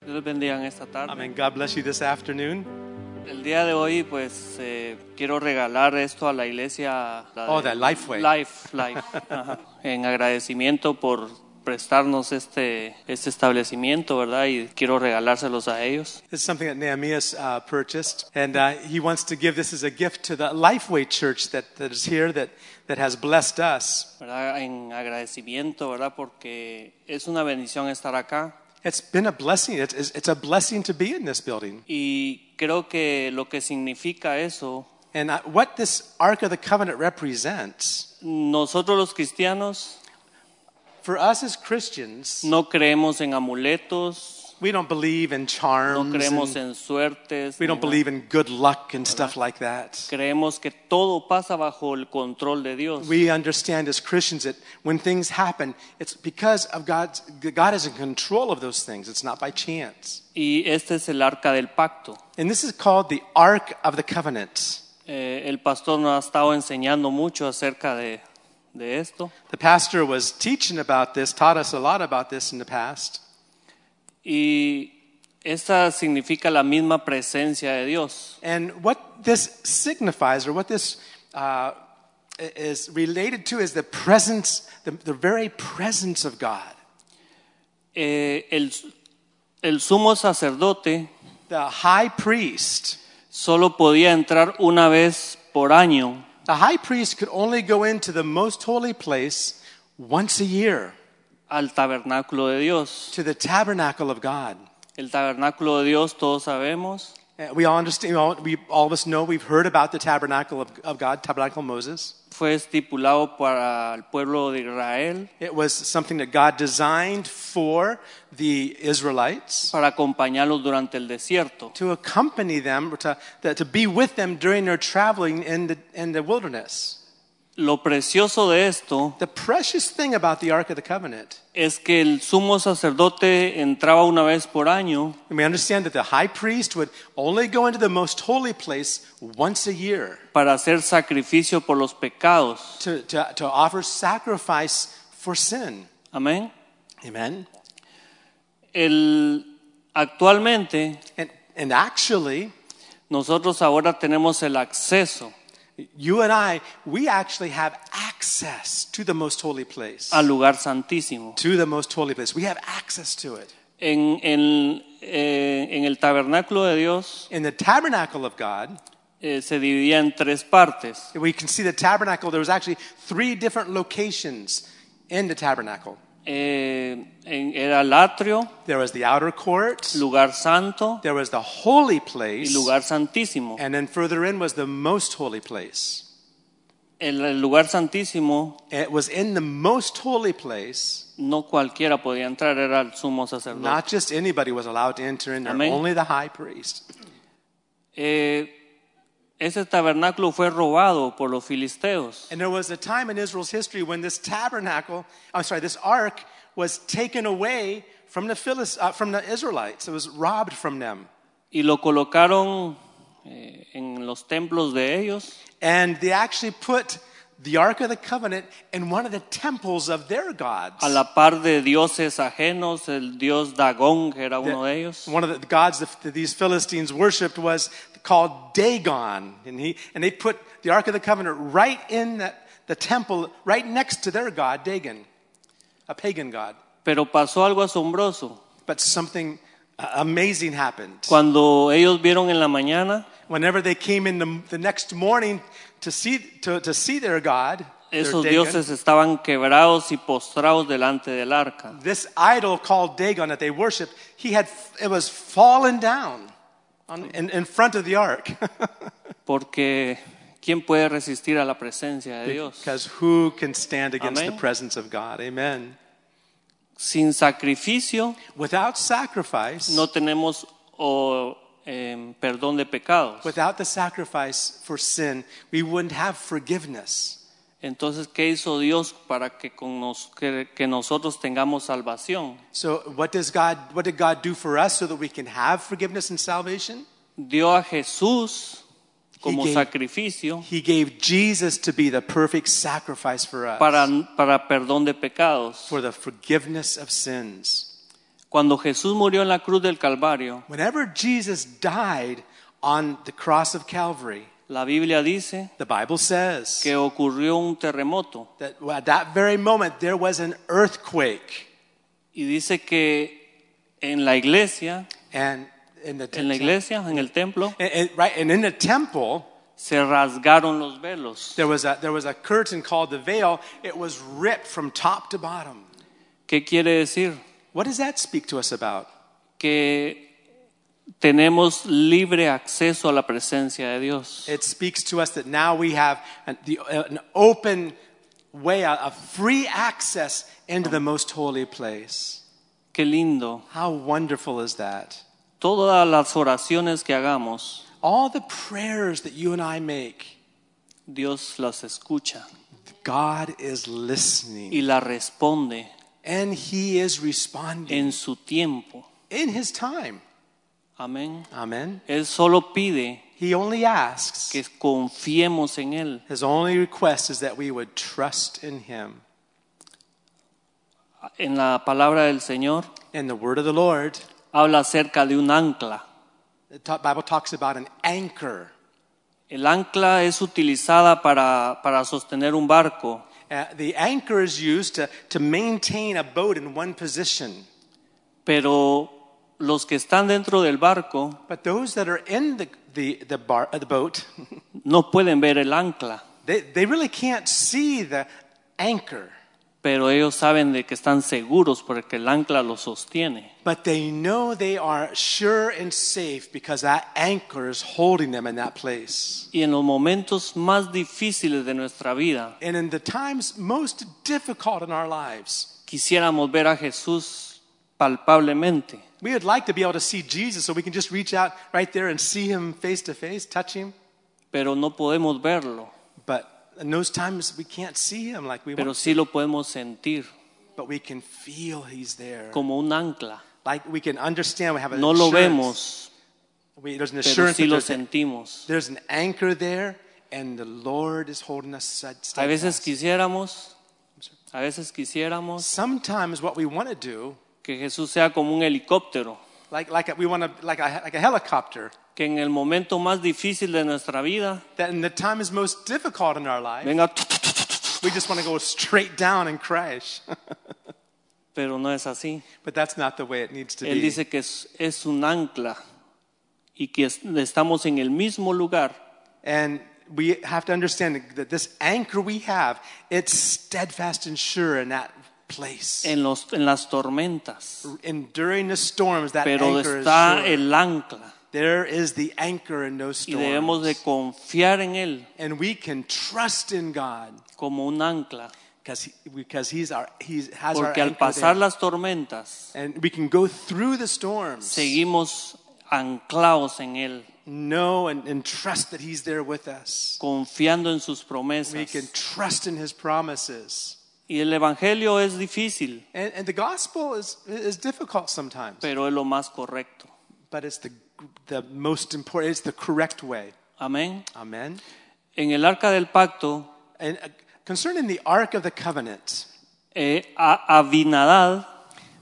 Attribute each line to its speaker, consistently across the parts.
Speaker 1: Dios les bendiga en esta tarde.
Speaker 2: Amen. God bless you this afternoon.
Speaker 1: El día de hoy, pues, eh, quiero regalar esto a la iglesia. la
Speaker 2: Oh,
Speaker 1: de-
Speaker 2: that Lifeway.
Speaker 1: Life, Life. ajá. En agradecimiento por prestarnos este, este establecimiento, ¿verdad? Y quiero regalárselos a ellos.
Speaker 2: This is something that Nehemias uh, purchased, and uh, he wants to give this as a gift to the Lifeway Church that, that is here that, that has blessed us.
Speaker 1: ¿verdad? En agradecimiento, ¿verdad? Porque es una bendición estar acá.
Speaker 2: It's been a blessing. It's, it's it's a blessing to be in this building.
Speaker 1: Y creo que lo que significa eso,
Speaker 2: And uh, what this Ark of the Covenant represents,
Speaker 1: nosotros los cristianos
Speaker 2: for us as Christians,
Speaker 1: no creemos en amuletos,
Speaker 2: we don't believe in
Speaker 1: no
Speaker 2: charms.
Speaker 1: creemos
Speaker 2: and
Speaker 1: en suertes,
Speaker 2: we
Speaker 1: ni
Speaker 2: don't
Speaker 1: nada.
Speaker 2: believe in good luck and stuff like that.
Speaker 1: creemos que todo pasa bajo el control de Dios.
Speaker 2: We understand as Christians that when things happen, it's because of God's, God is in control of those things. It's not by chance.
Speaker 1: Y este es el arca del pacto.
Speaker 2: And this is called the Ark of the Covenant.
Speaker 1: Eh, el pastor nos ha estado enseñando mucho acerca de, de esto.
Speaker 2: The pastor was teaching about this, taught us a lot about this in the past.
Speaker 1: Y esta significa la misma presencia de Dios.
Speaker 2: And what this signifies, or what this uh, is related to, is the presence, the, the very presence of God.
Speaker 1: Eh, el, el sumo sacerdote
Speaker 2: The high priest.
Speaker 1: solo podía entrar una vez por año
Speaker 2: The high priest could only go into the most holy place once a year.
Speaker 1: al tabernáculo de Dios.
Speaker 2: to the tabernacle of God.
Speaker 1: El tabernáculo de Dios, todos sabemos,
Speaker 2: Uh, We all understand, all, we, all of us know, we've heard about the tabernacle of, of God, tabernacle of Moses.
Speaker 1: fue estipulado para el pueblo de Israel
Speaker 2: It was something that God designed for the Israelites
Speaker 1: para acompañarlos durante el desierto.
Speaker 2: to accompany them, to, that- to be with them during their traveling in the, in the wilderness.
Speaker 1: Lo precioso de esto
Speaker 2: The precious thing about the Ark of the Covenant,
Speaker 1: es que el sumo sacerdote entraba una vez por año
Speaker 2: and we understand that the high priest would only go into the most holy place once a year
Speaker 1: para hacer sacrificio por los pecados.
Speaker 2: to, to, to offer sacrifice for sin.
Speaker 1: Amén.
Speaker 2: Amen.
Speaker 1: El, actualmente
Speaker 2: And, and actually,
Speaker 1: nosotros ahora tenemos el acceso
Speaker 2: You and I, we actually have access to the most holy place.
Speaker 1: al lugar santísimo.
Speaker 2: To the most holy place. We have access to it.
Speaker 1: En, en- eh, en el tabernáculo de Dios
Speaker 2: In the tabernacle of God,
Speaker 1: eh, se dividía en tres partes.
Speaker 2: we can see the tabernacle, there was actually three different locations in the tabernacle.
Speaker 1: Eh, en- era el atrio,
Speaker 2: There was the outer court,
Speaker 1: lugar santo
Speaker 2: there was the
Speaker 1: y
Speaker 2: holy place,
Speaker 1: lugar santísimo.
Speaker 2: and then further in was the most holy place.
Speaker 1: El- el lugar santísimo
Speaker 2: It was in the most holy place,
Speaker 1: no cualquiera podía entrar, era el sumo sacerdote.
Speaker 2: not just anybody was allowed to enter in there,
Speaker 1: Amén.
Speaker 2: only the high priest.
Speaker 1: Eh, ese tabernáculo fue robado por los filisteos.
Speaker 2: And there was a time in Israel's history when this tabernacle, I'm sorry, this ark was taken away from the, Philist, uh, from the Israelites. It was robbed from them.
Speaker 1: y lo colocaron eh, en los templos de ellos
Speaker 2: And they actually put the Ark of the Covenant in one of the temples of their gods.
Speaker 1: a la par de dioses ajenos, el dios Dagón que era
Speaker 2: The-
Speaker 1: uno de ellos,
Speaker 2: One of the gods that that these Philistines worshipped was called Dagon. And, he, and they put the Ark of the Covenant right in the, the temple, right next to their god, Dagon, a pagan god.
Speaker 1: pero pasó algo asombroso.
Speaker 2: But something uh, amazing happened.
Speaker 1: Cuando ellos vieron en la mañana,
Speaker 2: Whenever they came in the, the next morning to see, to, to see their God, their
Speaker 1: esos
Speaker 2: Dagon,
Speaker 1: dioses estaban quebrados y postrados delante del arca.
Speaker 2: this idol called Dagon that they worshiped, he had, it was fallen down
Speaker 1: Mm.
Speaker 2: on, in, in front of the ark.
Speaker 1: Porque ¿quién puede resistir a la presencia de Dios?
Speaker 2: Because who can stand against
Speaker 1: Amén.
Speaker 2: the presence of God? Amen.
Speaker 1: Sin sacrificio
Speaker 2: Without sacrifice,
Speaker 1: no tenemos oh, em, perdón de pecados.
Speaker 2: without the sacrifice for sin, we wouldn't have forgiveness.
Speaker 1: Entonces, ¿qué hizo Dios para que, con nos- que- que nosotros tengamos salvación?
Speaker 2: So what does God, what did God do for us so that we can have forgiveness and salvation?
Speaker 1: Dio a Jesús como
Speaker 2: gave-
Speaker 1: sacrificio
Speaker 2: He gave Jesus to be the perfect sacrifice for us
Speaker 1: para, para perdón de pecados.
Speaker 2: for the forgiveness of sins.
Speaker 1: Cuando Jesús murió en la cruz del Calvario,
Speaker 2: Whenever Jesus died on the cross of Calvary,
Speaker 1: la Biblia dice
Speaker 2: the Bible says
Speaker 1: que ocurrió un terremoto
Speaker 2: that at that very moment there was an earthquake.
Speaker 1: y dice que en la iglesia,
Speaker 2: And in the,
Speaker 1: en la iglesia, en el templo,
Speaker 2: And- and- right, and in the temple,
Speaker 1: se rasgaron los velos,
Speaker 2: there was, a, there was a curtain called the veil. It was ripped from top to bottom.
Speaker 1: ¿Qué quiere decir?
Speaker 2: What does that speak to us about?
Speaker 1: Que tenemos libre acceso a la presencia de Dios.
Speaker 2: It speaks to us that now we have an, the, uh, an open way, a, a free access into the most holy place.
Speaker 1: Qué lindo.
Speaker 2: How wonderful is that?
Speaker 1: Todas las oraciones que hagamos,
Speaker 2: All the prayers that you and I make,
Speaker 1: Dios las escucha
Speaker 2: God is
Speaker 1: y
Speaker 2: listening
Speaker 1: las responde
Speaker 2: and He is responding
Speaker 1: en su tiempo.
Speaker 2: in His time.
Speaker 1: Amén.
Speaker 2: Amen.
Speaker 1: Él solo pide
Speaker 2: He only asks.
Speaker 1: que confiemos en Él.
Speaker 2: His only request is that we would trust in him.
Speaker 1: En la palabra del Señor
Speaker 2: And the word of the Lord,
Speaker 1: habla acerca de un ancla.
Speaker 2: the ta- Bible talks about an anchor.
Speaker 1: El ancla es utilizada para, para sostener un barco.
Speaker 2: Uh, the anchor is used to, to maintain a boat in one position.
Speaker 1: Pero los que están dentro del barco
Speaker 2: But those that are in the, the, the, bar, uh, the boat,
Speaker 1: no pueden ver el ancla,
Speaker 2: they, they really can't see the anchor.
Speaker 1: pero ellos saben de que están seguros porque el ancla los sostiene.
Speaker 2: But they know they are sure and safe because that anchor is holding them in that place.
Speaker 1: Y en los momentos más difíciles de nuestra vida,
Speaker 2: And in the times most difficult in our lives,
Speaker 1: quisiéramos ver a Jesús palpablemente.
Speaker 2: We would like to be able to see Jesus so we can just reach out right there and see him face to face, touch him.
Speaker 1: pero no podemos verlo,
Speaker 2: But in those times we can't see him like we
Speaker 1: pero
Speaker 2: want,
Speaker 1: sí lo podemos sentir
Speaker 2: but we can feel he's there.
Speaker 1: como un ancla.
Speaker 2: Like we can understand we have an
Speaker 1: No lo
Speaker 2: assurance.
Speaker 1: vemos,
Speaker 2: We, there's an
Speaker 1: pero
Speaker 2: assurance
Speaker 1: sí
Speaker 2: that
Speaker 1: lo
Speaker 2: there's, an-
Speaker 1: sentimos.
Speaker 2: there's an anchor there and the Lord is holding us stud-
Speaker 1: A veces
Speaker 2: steadfast.
Speaker 1: quisiéramos, a veces quisiéramos
Speaker 2: Sometimes what we want to do,
Speaker 1: que Jesús sea como un helicóptero,
Speaker 2: like, like a, we want to, like a, like a helicopter,
Speaker 1: que en el momento más difícil de nuestra vida
Speaker 2: that in the time is most difficult in our life,
Speaker 1: venga,
Speaker 2: we just want to go straight down and crash.
Speaker 1: pero no es así.
Speaker 2: but that's not the way it needs to
Speaker 1: Él
Speaker 2: be.
Speaker 1: dice que es, es un ancla y que es- estamos en el mismo lugar
Speaker 2: And we have to understand that this anchor we have, it's steadfast and sure in that place.
Speaker 1: en, los, en las tormentas,
Speaker 2: Enduring the storms, that
Speaker 1: pero
Speaker 2: anchor
Speaker 1: está
Speaker 2: is sure.
Speaker 1: el ancla.
Speaker 2: There is the anchor in those
Speaker 1: y debemos de
Speaker 2: storms.
Speaker 1: confiar en Él
Speaker 2: And we can trust in God
Speaker 1: como un ancla,
Speaker 2: because he, because he's our, he has our
Speaker 1: porque al
Speaker 2: anchor
Speaker 1: pasar
Speaker 2: there.
Speaker 1: las tormentas
Speaker 2: And we can go through the storms,
Speaker 1: seguimos anclados en Él,
Speaker 2: know and, and trust that he's there with us.
Speaker 1: confiando en sus
Speaker 2: We can
Speaker 1: promesas.
Speaker 2: trust in his promises.
Speaker 1: Y el Evangelio es difícil,
Speaker 2: And, and the gospel is, is difficult sometimes.
Speaker 1: pero es lo más correcto.
Speaker 2: But it's the, the most important, it's the correct way.
Speaker 1: Amén.
Speaker 2: Amen.
Speaker 1: En el arca del pacto,
Speaker 2: And uh, concerning the Ark of the Covenant,
Speaker 1: eh, A- Abinadab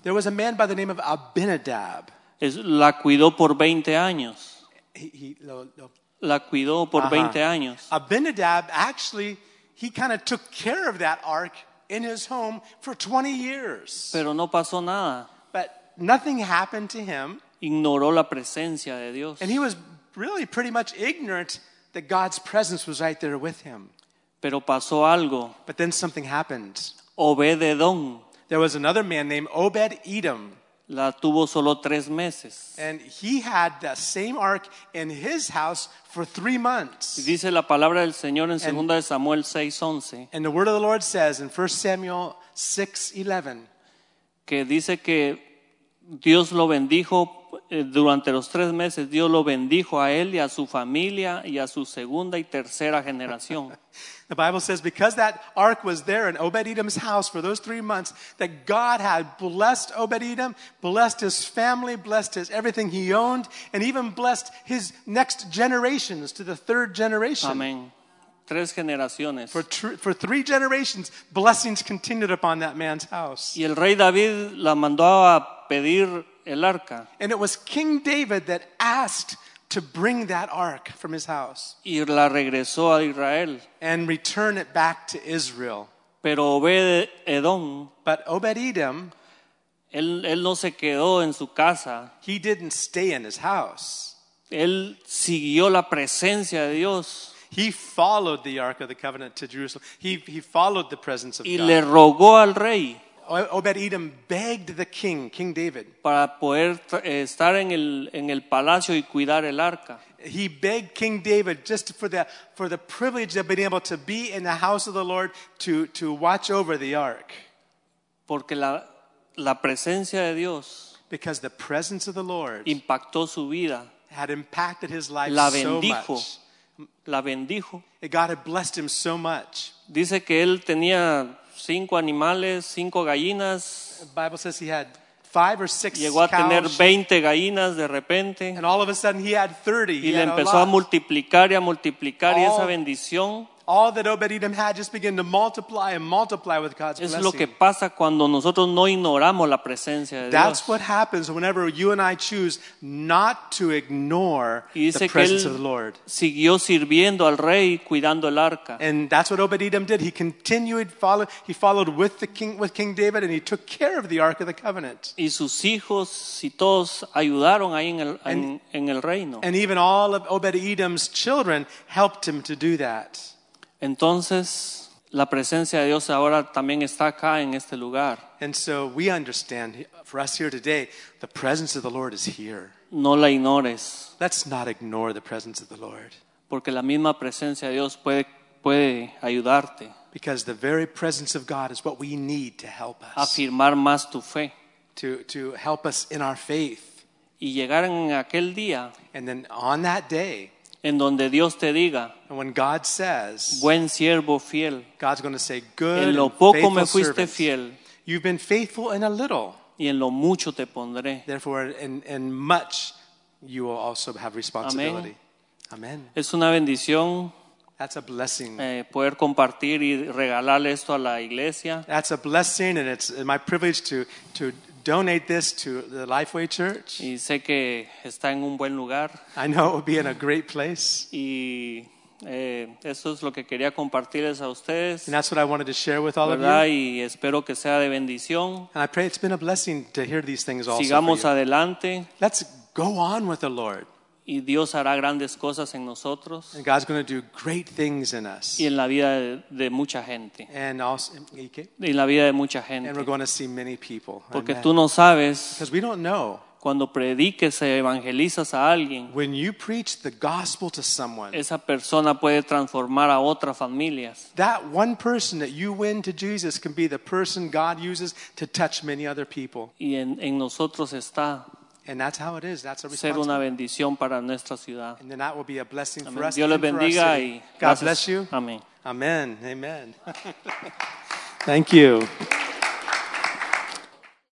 Speaker 2: there was a man by the name of Abinadab.
Speaker 1: es- la cuidó por 20 años.
Speaker 2: He, he, lo- lo-
Speaker 1: La cuidó por
Speaker 2: Ajá.
Speaker 1: 20 años.
Speaker 2: Abinadab actually, he kind of took care of that ark in his home for 20 years.
Speaker 1: Pero no pasó nada.
Speaker 2: But nothing happened to him,
Speaker 1: Ignoró la presencia de Dios.
Speaker 2: and he was really pretty much ignorant that God's presence was right there with him.
Speaker 1: Pero pasó algo.
Speaker 2: But then something happened.
Speaker 1: Obededón
Speaker 2: There was another man named Obed Edom.
Speaker 1: la tuvo solo tres meses.
Speaker 2: And he had that same ark in his house for three
Speaker 1: Y
Speaker 2: months.
Speaker 1: Dice la palabra del Señor en 2 de Samuel 6:11,
Speaker 2: And the word of the Lord says in 1 Samuel 6 11,
Speaker 1: que dice que Dios lo bendijo eh, durante los tres meses, Dios lo bendijo a él y a su familia y a su segunda y tercera generación.
Speaker 2: the Bible says, because that ark was there in Obed Edom's house for those three months, that God had blessed Obed Edom, blessed his family, blessed his everything he owned, and even blessed his next generations to the third generation.
Speaker 1: Amén. Tres generaciones.
Speaker 2: For, tr- for three generations, blessings continued upon that man's house.
Speaker 1: Y el rey David la mandó a a pedir el arca.
Speaker 2: And it was King David that asked to bring that ark from his house
Speaker 1: y la regresó a Israel.
Speaker 2: and return it back to Israel.
Speaker 1: Pero Obed Edom,
Speaker 2: But Obed Edom,
Speaker 1: él, él no se quedó en su casa,
Speaker 2: he didn't stay in his house.
Speaker 1: él siguió la presencia de Dios
Speaker 2: He followed the Ark of the Covenant to Jerusalem. He, he followed the presence of
Speaker 1: y
Speaker 2: God.
Speaker 1: le rogó al rey
Speaker 2: Obed Edom begged the king, King David.
Speaker 1: para poder tra- eh, estar en el, en el palacio y cuidar el arca.
Speaker 2: He begged King David just for the, for the privilege of being able to be in the house of the Lord to, to watch over the ark.
Speaker 1: Porque la, la presencia de Dios
Speaker 2: Because the presence of the Lord
Speaker 1: impactó su vida,
Speaker 2: had impacted his life
Speaker 1: La
Speaker 2: so
Speaker 1: bendijo.
Speaker 2: much.
Speaker 1: la bendijo.
Speaker 2: God had blessed him so much.
Speaker 1: Dice que él tenía cinco animales, cinco gallinas,
Speaker 2: The Bible says he had five or six
Speaker 1: llegó a tener
Speaker 2: cows,
Speaker 1: 20 gallinas de repente
Speaker 2: and all of a sudden he had 30. He
Speaker 1: y le
Speaker 2: had a
Speaker 1: empezó a
Speaker 2: lot.
Speaker 1: multiplicar y a multiplicar y esa
Speaker 2: All-
Speaker 1: bendición
Speaker 2: All that Obed-Edom had just began to multiply and multiply with God's
Speaker 1: es lo
Speaker 2: blessing.
Speaker 1: que pasa cuando nosotros no ignoramos la presencia de Dios.
Speaker 2: That's what happens whenever you and I choose not to ignore
Speaker 1: Y
Speaker 2: the
Speaker 1: dice que
Speaker 2: presence
Speaker 1: él-
Speaker 2: of the Lord.
Speaker 1: Siguió sirviendo al rey cuidando el arca.
Speaker 2: And that's what Obed-Edom did. He continued follow, he followed with the king with King David and he took care of the ark of the covenant.
Speaker 1: Y sus hijos y todos ayudaron ahí en el, en- en el reino.
Speaker 2: And even all of Obed-Edom's children helped him to do that.
Speaker 1: Entonces, la presencia de Dios ahora también está acá en este lugar.
Speaker 2: And so we understand for us here today, the presence of the Lord is here.
Speaker 1: No la ignores,
Speaker 2: Let's not ignore the presence of the Lord
Speaker 1: porque la misma presencia de Dios puede, puede ayudarte
Speaker 2: because the very presence of God is what we need to help
Speaker 1: a
Speaker 2: us,
Speaker 1: afirmar más tu fe
Speaker 2: to, to help us in our faith.
Speaker 1: y llegar en aquel día
Speaker 2: And then on that day,
Speaker 1: en donde Dios te diga,
Speaker 2: and when God says,
Speaker 1: buen siervo fiel,
Speaker 2: God's going to say, Good,
Speaker 1: en lo
Speaker 2: and
Speaker 1: poco
Speaker 2: faithful
Speaker 1: me fuiste
Speaker 2: servant.
Speaker 1: fiel
Speaker 2: You've been faithful in a little,
Speaker 1: y en lo mucho te pondré.
Speaker 2: therefore, in, in much you will also have responsibility. Amen.
Speaker 1: Es una bendición
Speaker 2: That's a blessing.
Speaker 1: eh, poder compartir y regalarle esto a la iglesia.
Speaker 2: That's a blessing, and it's my privilege to, to donate this to the Lifeway Church.
Speaker 1: Y sé que está en un buen lugar.
Speaker 2: I know it will be in a great place,
Speaker 1: Y eh, eso es lo que quería compartirles a ustedes,
Speaker 2: and that's what I wanted to share with all of you.
Speaker 1: ¿verdad?
Speaker 2: And
Speaker 1: Y espero que sea de bendición.
Speaker 2: I pray it's been a blessing to hear these things also. for
Speaker 1: Sigamos
Speaker 2: you.
Speaker 1: adelante
Speaker 2: Let's go on with the Lord,
Speaker 1: y Dios hará grandes cosas en nosotros
Speaker 2: and God's going to do great things in us,
Speaker 1: y en la vida de, de mucha gente.
Speaker 2: and also, okay?
Speaker 1: Y en la vida de mucha
Speaker 2: and we're
Speaker 1: gente.
Speaker 2: going to see many people.
Speaker 1: Porque
Speaker 2: Amen.
Speaker 1: tú no sabes
Speaker 2: Because we don't know
Speaker 1: cuando prediques, evangelizas a alguien,
Speaker 2: when you preach the gospel to someone,
Speaker 1: esa persona puede transformar a otras familias.
Speaker 2: that one person that you win to Jesus can be the person God uses to touch many other people.
Speaker 1: Y en, en nosotros está
Speaker 2: And that's how it is. That's a
Speaker 1: ser una
Speaker 2: responsibility.
Speaker 1: bendición para nuestra ciudad.
Speaker 2: And then that will be a blessing for
Speaker 1: Amén.
Speaker 2: us.
Speaker 1: Dios les
Speaker 2: and for our
Speaker 1: bendiga
Speaker 2: city.
Speaker 1: y Ah.
Speaker 2: God
Speaker 1: gracias.
Speaker 2: bless you.
Speaker 1: Amén.
Speaker 2: Amen. Amen. Thank you.